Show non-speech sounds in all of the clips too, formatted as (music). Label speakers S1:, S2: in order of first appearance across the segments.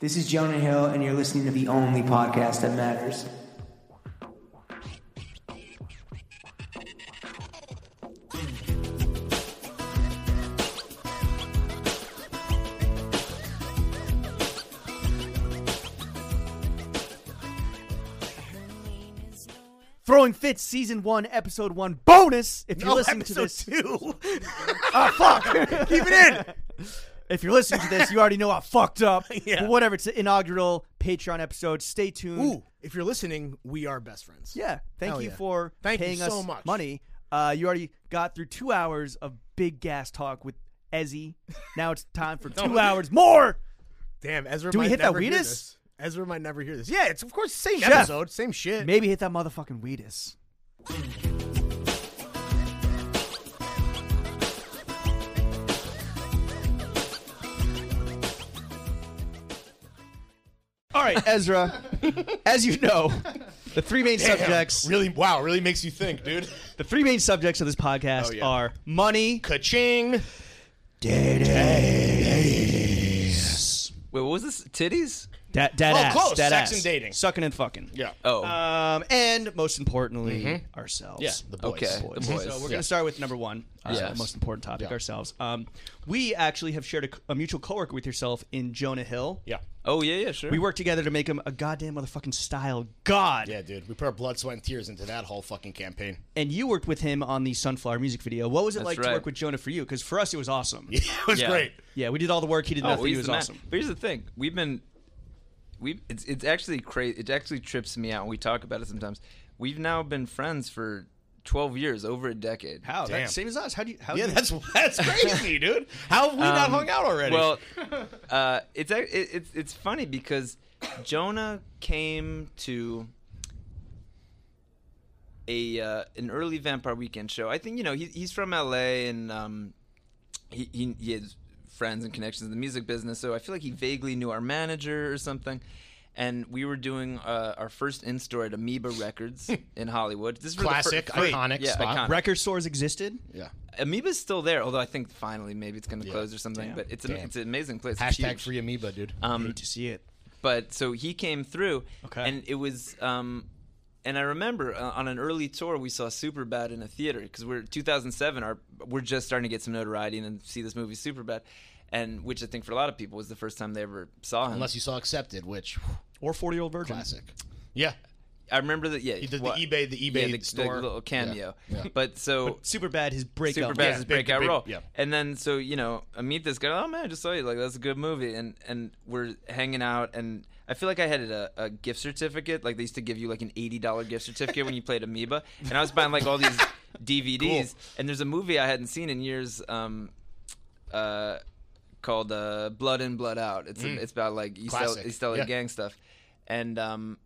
S1: This is Jonah Hill, and you're listening to the only podcast that matters. Throwing Fits Season 1, Episode 1 bonus. If you're
S2: No,
S1: listening to
S2: episode
S1: this,
S2: two. (laughs)
S1: Ah, fuck. Keep it in. If you're listening to this, you already know I fucked up.
S2: (laughs) Yeah.
S1: But whatever, it's an inaugural Patreon episode. Stay tuned.
S2: Ooh, if you're listening, we are best friends.
S1: Yeah. Thank
S2: Hell
S1: you
S2: yeah.
S1: for
S2: Thank you
S1: paying
S2: so
S1: us
S2: much.
S1: money. Uh, you already got through two hours of big gas talk with Ezzy. Now it's
S2: (laughs)
S1: time for two hours more.
S2: Damn, Ezra.
S1: Do we
S2: might
S1: hit that
S2: never hear
S1: Wheatus?
S2: this. Ezra might never hear this. Yeah, it's of course the same
S1: Chef.
S2: episode, same shit.
S1: Maybe hit that motherfucking Wheatus.
S3: All right, Ezra. as you know, the three main
S4: Damn,
S3: subjects
S4: Really, wow, really makes you think, dude.
S3: the three main subjects of this podcast
S4: Oh, yeah.
S3: are money.
S4: Ka-ching.
S5: Wait, what was this? Titties?
S3: Da- dad
S4: Oh,
S3: ass,
S4: close.
S3: dad
S4: Sex
S3: ass,
S4: and dating.
S3: sucking and fucking.
S4: Yeah.
S5: Oh,
S3: Um, and most importantly, ourselves.
S4: Yeah, the boys.
S5: okay. The boys.
S3: So Oh, we're going to start with number one, uh, our
S5: Yes.
S3: most important topic,
S4: Yeah.
S3: ourselves. Um, we actually have shared a, c- a mutual coworker with yourself in Jonah Hill.
S4: Yeah.
S5: oh yeah, yeah, sure.
S3: We worked together to make him a goddamn motherfucking style god.
S4: Yeah, dude. We put our blood, sweat, and tears into that whole fucking campaign. (laughs)
S3: And you worked with him on the Sunflower music video. What was it
S5: That's
S3: like to
S5: right.
S3: work with Jonah for you? Because for us, it was awesome.
S4: it was
S5: Yeah.
S4: great.
S3: Yeah, we did all the work. He did
S5: Oh,
S3: nothing.
S5: he's
S3: He was
S5: the man.
S3: awesome.
S5: But here's the thing: we've been, we it's it's actually crazy. It actually trips me out. when We talk about it sometimes. We've now been friends for twelve years, over a decade.
S3: How?
S4: Damn.
S3: That, same as us. How do you? How
S4: Yeah,
S3: do you,
S4: that's that's crazy, (laughs) dude. How have we not hung out already?
S5: Well, (laughs) uh, it's ac- it, it's it's funny because Jonah came to a uh, an early Vampire Weekend show. I think you know he, he's from LA and um, he, he he has friends and connections in the music business, so I feel like he vaguely knew our manager or something. And we were doing uh, our first in store at Amoeba
S4: (laughs)
S5: Records in Hollywood. This is for the fir-
S4: classic,
S5: fir-
S4: iconic
S5: yeah,
S4: spot.
S3: (laughs)
S5: iconic.
S3: record stores existed.
S4: yeah.
S5: Amoeba's still there, although I think finally maybe it's going to
S4: Yeah.
S5: close or something.
S3: Damn.
S5: But it's an,
S4: Damn.
S5: it's an amazing place. It's
S4: Hashtag
S5: huge.
S4: free amoeba, dude.
S5: Um,
S3: Hate to see it.
S5: but so he came through
S3: Okay.
S5: and it was um and i remember uh, on an early tour we saw superbad in a theater because we're 2007 our we're just starting to get some notoriety and then see this movie superbad and which i think for a lot of people was the first time they ever saw him
S4: Unless you saw accepted, which whew,
S3: Or forty year old virgin.
S4: classic. Yeah.
S5: i remember that yeah
S4: He did the
S5: what-
S4: eBay, the eBay
S5: yeah, the,
S4: store.
S5: the little cameo
S4: Yeah. Yeah.
S5: but so
S3: Super bad. His breakup.
S5: Super
S4: Yeah,
S5: bad his
S4: big-
S5: breakout
S4: big-
S5: role.
S4: yeah.
S5: And then so you know, I meet this guy. Oh man, I just saw you. Like that's a good movie. And and we're hanging out. And I feel like I had a, a gift certificate. Like they used to give you like an eighty dollar gift certificate when you played Amoeba. And I was buying like
S4: (laughs)
S5: all these DVDs. And there's a movie I hadn't seen in years. Um, uh, called uh, Blood In Blood Out. It's it's about like East, L-
S4: Mm. Classic.
S5: East LA
S4: Yeah.
S5: gang stuff, and um,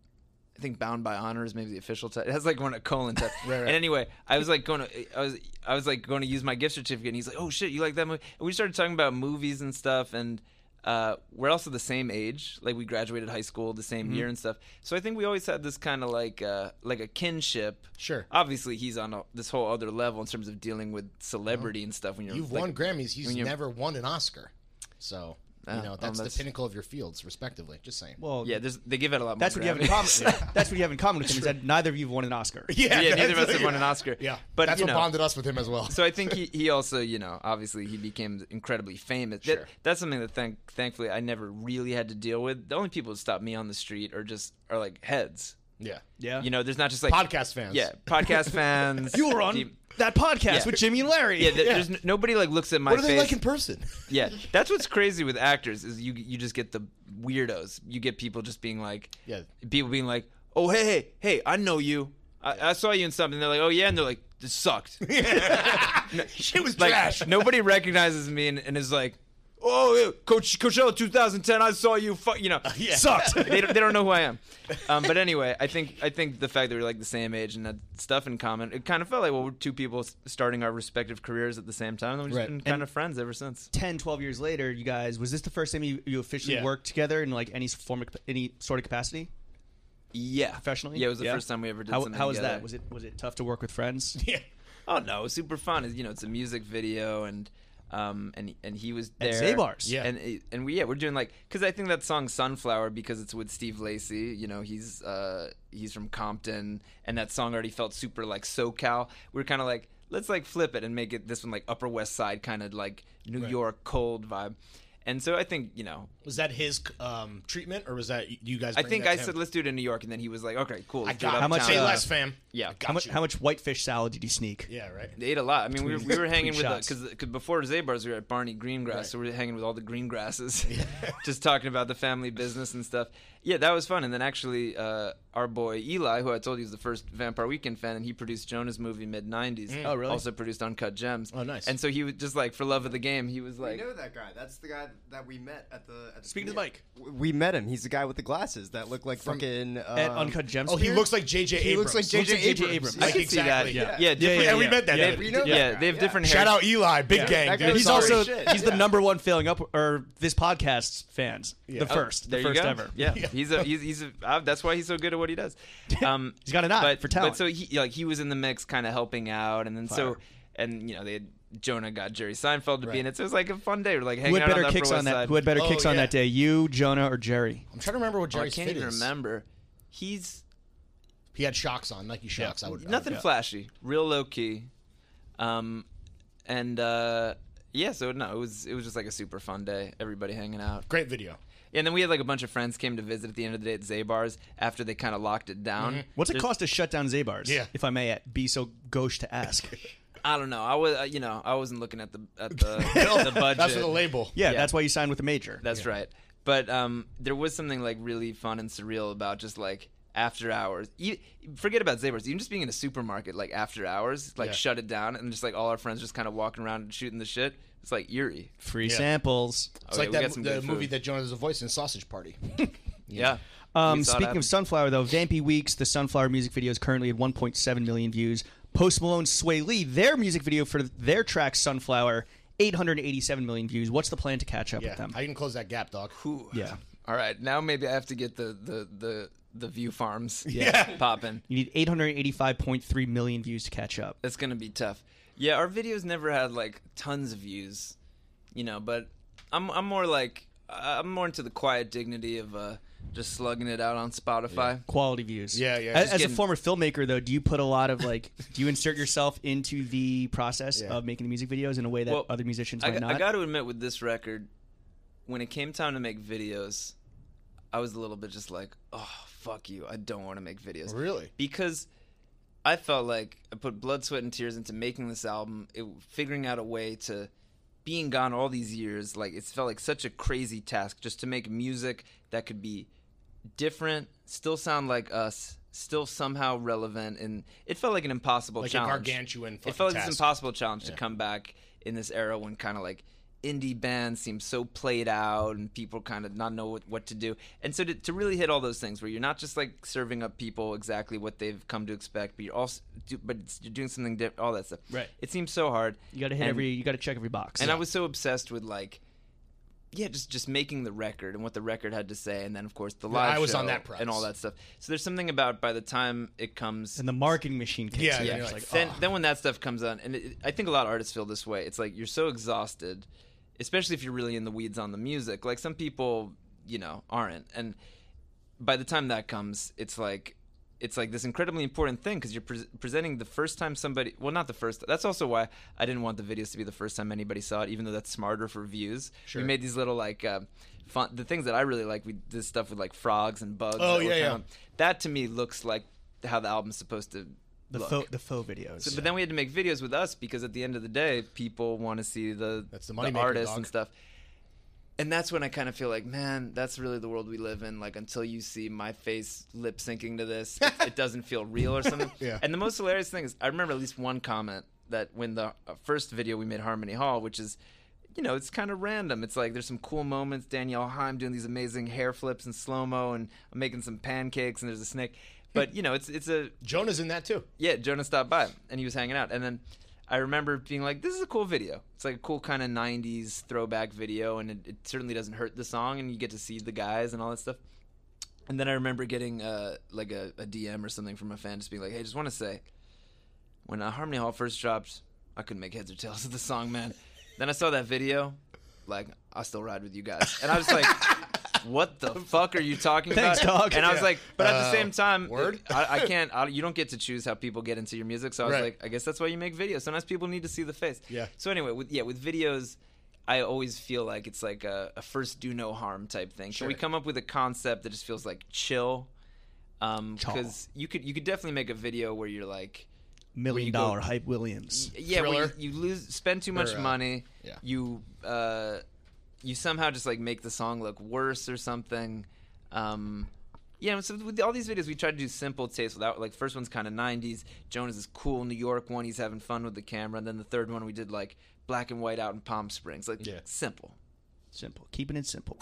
S5: I think Bound by Honor is maybe the official title. It has like one
S4: (laughs)
S5: a colon type.
S4: Right, right.
S5: And anyway, I was like going to I was I was like going to use my gift certificate, and he's like, "Oh shit, you like that movie?" And we started talking about movies and stuff, and. Uh, we're also the same age, like we graduated high school the same
S4: Mm-hmm.
S5: year and stuff. So I think we always had this kind of like uh, like a kinship.
S4: Sure.
S5: Obviously, he's on a, this whole other level in terms of dealing with celebrity and stuff. When you're
S4: You've
S5: like-
S4: won Grammys. He's
S5: when you're-
S4: never won an Oscar. So, you
S5: Ah,
S4: know,
S5: well,
S4: that's,
S5: that's-
S4: the pinnacle of your fields, respectively. Just saying.
S3: Well,
S5: Yeah, there's, they give it a lot.
S3: that's
S5: more
S3: what you have in
S5: (laughs) gravity.
S3: common. That's what you have in common with him is that neither of you have won an Oscar.
S4: yeah, (laughs)
S5: yeah, neither of
S4: that's-
S5: us have won an Oscar.
S4: Yeah.
S5: but
S4: that's
S5: you
S4: what
S5: know,
S4: bonded us with him as well.
S5: so I think he, he also, you know, obviously he became incredibly famous. That-
S4: Sure.
S5: that's something that thank, thankfully I never really had to deal with. The only people that stop me on the street are just are like heads.
S4: yeah.
S3: Yeah.
S5: You know, there's not just like
S4: Podcast fans.
S5: Yeah, podcast
S4: (laughs)
S5: fans.
S3: You were on
S5: deep-
S3: that podcast
S5: Yeah.
S3: with Jimmy and Larry.
S5: yeah, th- there's n- nobody like looks at my
S4: What are they
S5: face.
S4: like in
S3: (laughs)
S4: person?
S5: yeah, that's what's crazy with actors is you you just get the weirdos. You get people just being like,
S4: (laughs) Yeah.
S5: people being like, oh hey hey hey, I know you. I, I saw you in something. They're like, oh yeah, and they're like,
S3: (laughs)
S5: this sucked.
S4: Shit was
S5: like
S4: trash.
S5: nobody recognizes me and, and is like, oh yeah, Coach Coachella 2010, I saw you. Fu-,
S3: (laughs)
S5: you know,
S4: yeah.
S5: sucked. (laughs) they, don't, they don't know who I am. Um, but anyway, I think I think the fact that we're like the same age and had stuff in common, it kind of felt like well, we're two people s- starting our respective careers at the same time. And we've just
S4: Right.
S5: been kind
S3: And-
S5: of friends ever since.
S3: 10, 12 years later, you guys, was this the first time you, you officially
S4: Yeah.
S3: worked together in like any form of any sort of capacity
S5: Yeah,
S3: professionally?
S5: Yeah, it was the first time we ever did
S3: How,
S5: something.
S3: how was
S5: together.
S3: that? Was it was it tough to work with friends?
S4: yeah.
S5: Oh no, it was super fun. It's, You know, it's a music video, and um, and and he was
S1: At
S5: there.
S1: Zabar's.
S2: Yeah.
S5: and and we yeah we're doing like because I think that song Sunflower because it's with Steve Lacy. You know he's uh he's from Compton, and that song already felt super like SoCal. We are kind of like let's like flip it and make it this one like Upper West Side kind of like New York cold vibe. And so I think you know
S6: Was that his um, treatment, or was that you guys?
S5: I
S6: bring
S5: think
S6: that
S5: I
S6: to him?
S5: said let's do it in New York, and then he was like, okay, cool.
S6: I
S5: Let's do it
S6: got it.
S5: uptown."
S6: How much? Say
S3: uh,
S6: less, fam.
S5: Yeah.
S6: I got
S3: How much,
S6: you.
S3: how much whitefish salad did you sneak?
S6: Yeah, right.
S5: They ate a lot. I mean, we, we were hanging with
S3: shots.
S5: because before Zabar's, we were at Barney Greengrass, so we were hanging with all the green grasses, (laughs) just talking about the family business and stuff. Yeah, that was fun. And then actually, uh, our boy Eli, who I told you was the first Vampire Weekend fan, and he produced Jonah's movie mid '90s. Oh,
S1: really?
S5: Also produced Uncut Gems. Oh,
S2: nice.
S5: And so he was just like for love of the game, he was
S7: I
S5: like,
S7: know that guy. That's the guy that we met at the. At the
S3: Speak to the
S7: premiere.
S3: mic.
S7: W- We met him. He's the guy with the glasses that look like fucking. Uh,
S3: At Uncut Gems.
S6: Oh, he
S3: Spears?
S6: looks like JJ.
S7: He looks like
S6: Abrams.
S7: J.J. Abrams.
S5: I
S6: Like,
S5: can see that.
S6: exactly.
S5: Yeah,
S7: Yeah.
S5: yeah, different-
S6: yeah, we met that
S5: they've-
S6: guy.
S7: We know that
S5: yeah,
S7: guy,
S5: they have
S7: yeah.
S5: different.
S6: Shout
S5: hair-
S6: out Eli, big
S7: Yeah.
S6: gang. Dude.
S7: That guy's
S6: He's
S3: He's
S7: Sorry,
S6: also
S3: also
S7: shit.
S3: he's the
S7: Yeah.
S3: number one failing up or this podcast fans. The
S5: Oh,
S3: first,
S5: there
S3: the
S5: you
S3: first
S5: go.
S3: ever.
S5: Yeah, he's a he's he's a, uh, that's why he's so good at what he does. Um,
S3: (laughs) He's got an eye
S5: but,
S3: for talent.
S5: But so he like he was in the mix, kind of helping out, and then so and you know they had Jonah got Jerry Seinfeld to be in it, so it was like a fun day. We're like
S3: Who
S5: hanging
S3: had
S5: out on
S3: better
S5: the
S3: kicks
S5: Upper
S3: on
S5: West
S3: that?
S5: Side.
S3: Who had better
S6: Oh,
S3: kicks on
S6: yeah.
S3: that day? You, Jonah, or Jerry?
S4: I'm trying to remember what
S5: Oh, I
S4: Jerry's
S5: can't
S4: fit
S5: even
S4: is.
S5: remember. He's
S4: He had shocks on, Nike shocks. I
S3: Oh,
S4: would I
S5: nothing
S4: would-
S5: flashy, real low key, um, and uh, yeah. So no, it was it was just like a super fun day. Everybody hanging out.
S6: great video.
S5: And then we had like a bunch of friends came to visit at the end of the day at Zabar's after they kind of locked it down.
S3: What's it cost to shut down Zabar's?
S6: Yeah.
S3: If I may be so gauche to
S6: (laughs)
S3: ask.
S5: I don't know. I was, uh, you know, I wasn't looking at the
S6: (laughs)
S5: at the, the budget.
S6: That's for the label.
S3: Yeah,
S5: Yeah.
S3: that's why you signed with a major.
S5: That's right. But um, there was something like really fun and surreal about just like after hours. E forget about Zabers. Even just being in a supermarket, like after hours, like
S6: Yeah.
S5: shut it down, and just like all our friends just kind of walking around and shooting the shit. It's like eerie.
S3: Free
S6: Yeah.
S3: samples.
S5: Okay,
S4: It's like
S5: we
S4: that
S5: got some
S4: the
S5: good
S4: movie
S5: food.
S4: that Jonah does a voice in Sausage Party.
S5: yeah.
S3: Um,
S5: We saw it
S3: speaking
S5: happen.
S3: of Sunflower, though, Vampy Weeks, the Sunflower music video is currently at 1.7 million views. Post Malone, Sway Lee, their music video for their track Sunflower, 887 million views. What's the plan to catch up
S6: Yeah.
S3: with them?
S6: How you can close that gap, dog?
S5: Ooh.
S3: yeah.
S5: All right, now maybe I have to get the the the the view farms
S6: (laughs) Yeah.
S5: popping.
S3: You need 885.3 million views to catch up.
S5: That's gonna be tough. Yeah, our videos never had like tons of views, you know. But I'm I'm more like I- I'm more into the quiet dignity of uh, just slugging it out on Spotify.
S3: Quality views.
S6: Yeah, yeah.
S3: A- As,
S6: Just
S3: a
S5: getting-
S3: former filmmaker, though, do you put a lot of
S6: (laughs)
S3: like, do you insert yourself into the process of making the music videos in a way that
S5: Well,
S3: other musicians
S5: I,
S3: might
S5: g-
S3: not?
S5: I got to admit, with this record, when it came time to make videos, I was a little bit just like, oh fuck you, I don't want to make videos.
S6: Really?
S5: Because I felt like I put blood, sweat, and tears into making this album, it, figuring out a way to being gone all these years. Like it's felt like such a crazy task just to make music that could be different, still sound like us, still somehow relevant, and it felt like an impossible
S6: Like a
S5: challenge.
S6: gargantuan.
S5: It felt like
S6: task.
S5: this impossible challenge to come back in this era when kind of like indie bands seem so played out and people kind of not know what, what to do. And so to, to really hit all those things where you're not just like serving up people exactly what they've come to expect, but you're also do, but it's, you're doing something different, all that stuff.
S3: Right.
S5: It seems so hard.
S3: you got to hit
S5: And-
S3: every, you got to check every box.
S5: and I was so obsessed with like, yeah, just just making the record and what the record had to say, and then of course the live
S6: I was on
S5: show
S6: that
S5: and all
S6: premise.
S5: that stuff. So there's something about by the time it comes
S3: and the marketing machine kicks
S6: Yeah,
S3: in.
S6: yeah.
S3: It's
S6: You're
S3: like,
S6: like,
S5: then,
S6: "Ugh."
S5: then when that stuff comes on, and it, I think a lot of artists feel this way. It's like you're so exhausted, especially if you're really in the weeds on the music. Like some people, you know, aren't. And by the time that comes, it's like it's like this incredibly important thing because you're pre- presenting the first time somebody. Well, not the first. That's also why I didn't want the videos to be the first time anybody saw it, even though that's smarter for views. We made these little like. Uh, Fun, the things that I really like, we did stuff with like frogs and bugs.
S6: Oh,
S5: that were
S6: yeah, yeah.
S5: kinda- That to me looks like how the album's supposed to
S3: the,
S5: look.
S3: faux, the faux videos.
S5: So, but then we had to make videos with us because at the end of the day, people want to see the
S6: That's the moneymaker,
S5: artists
S6: dog.
S5: and stuff. And that's when I kind of feel like, man, that's really the world we live in. Like until you see my face lip syncing to this, it, it doesn't feel real or something.
S6: (laughs) Yeah.
S5: And the most hilarious thing is, I remember at least one comment that when the uh, first video we made Harmony Hall, which is. You know, it's kind of random. It's like there's some cool moments. Danielle Haim doing these amazing hair flips and slow mo, and I'm making some pancakes, and there's a snake. But you know, it's it's a
S6: Jonah's in that too.
S5: yeah, Jonah stopped by and he was hanging out. And then I remember being like, this is a cool video. It's like a cool kind of 90s throwback video, and it, it certainly doesn't hurt the song, and you get to see the guys and all that stuff. And then I remember getting uh, like a, a DM or something from a fan just being like, hey, just want to say, when uh, Harmony Hall first dropped, I couldn't make heads or tails of the song, man. Then I saw that video, like I still ride with you guys, and I was like, "What the fuck are you talking
S3: Thanks,
S5: about?"
S3: dog.
S5: And I was like, "But at the
S6: Uh,
S5: same time,
S6: word?
S5: I, I can't. I, you don't get to choose how people get into your music." So I was
S6: Right.
S5: like, "I guess that's why you make videos. Sometimes people need to see the face."
S6: Yeah.
S5: So anyway, with, yeah, with videos. I always feel like it's like a, a first do no harm type thing. Can we come up with a concept that just feels like chill? Um, because you could you could definitely make a video where you're like,
S3: Million dollar hype Williams.
S5: yeah, when
S6: Thriller.
S5: you, you lose, spend too much
S6: Or, uh,
S5: money.
S6: yeah.
S5: You uh, you somehow just like make the song look worse or something. Um, yeah, so with all these videos, we try to do simple, taste without like first one's kind of '90s. Jonas is cool New York one. He's having fun with the camera, and then the third one we did like black and white out in Palm Springs, like
S6: Yeah.
S5: simple.
S3: Simple. Keeping it simple.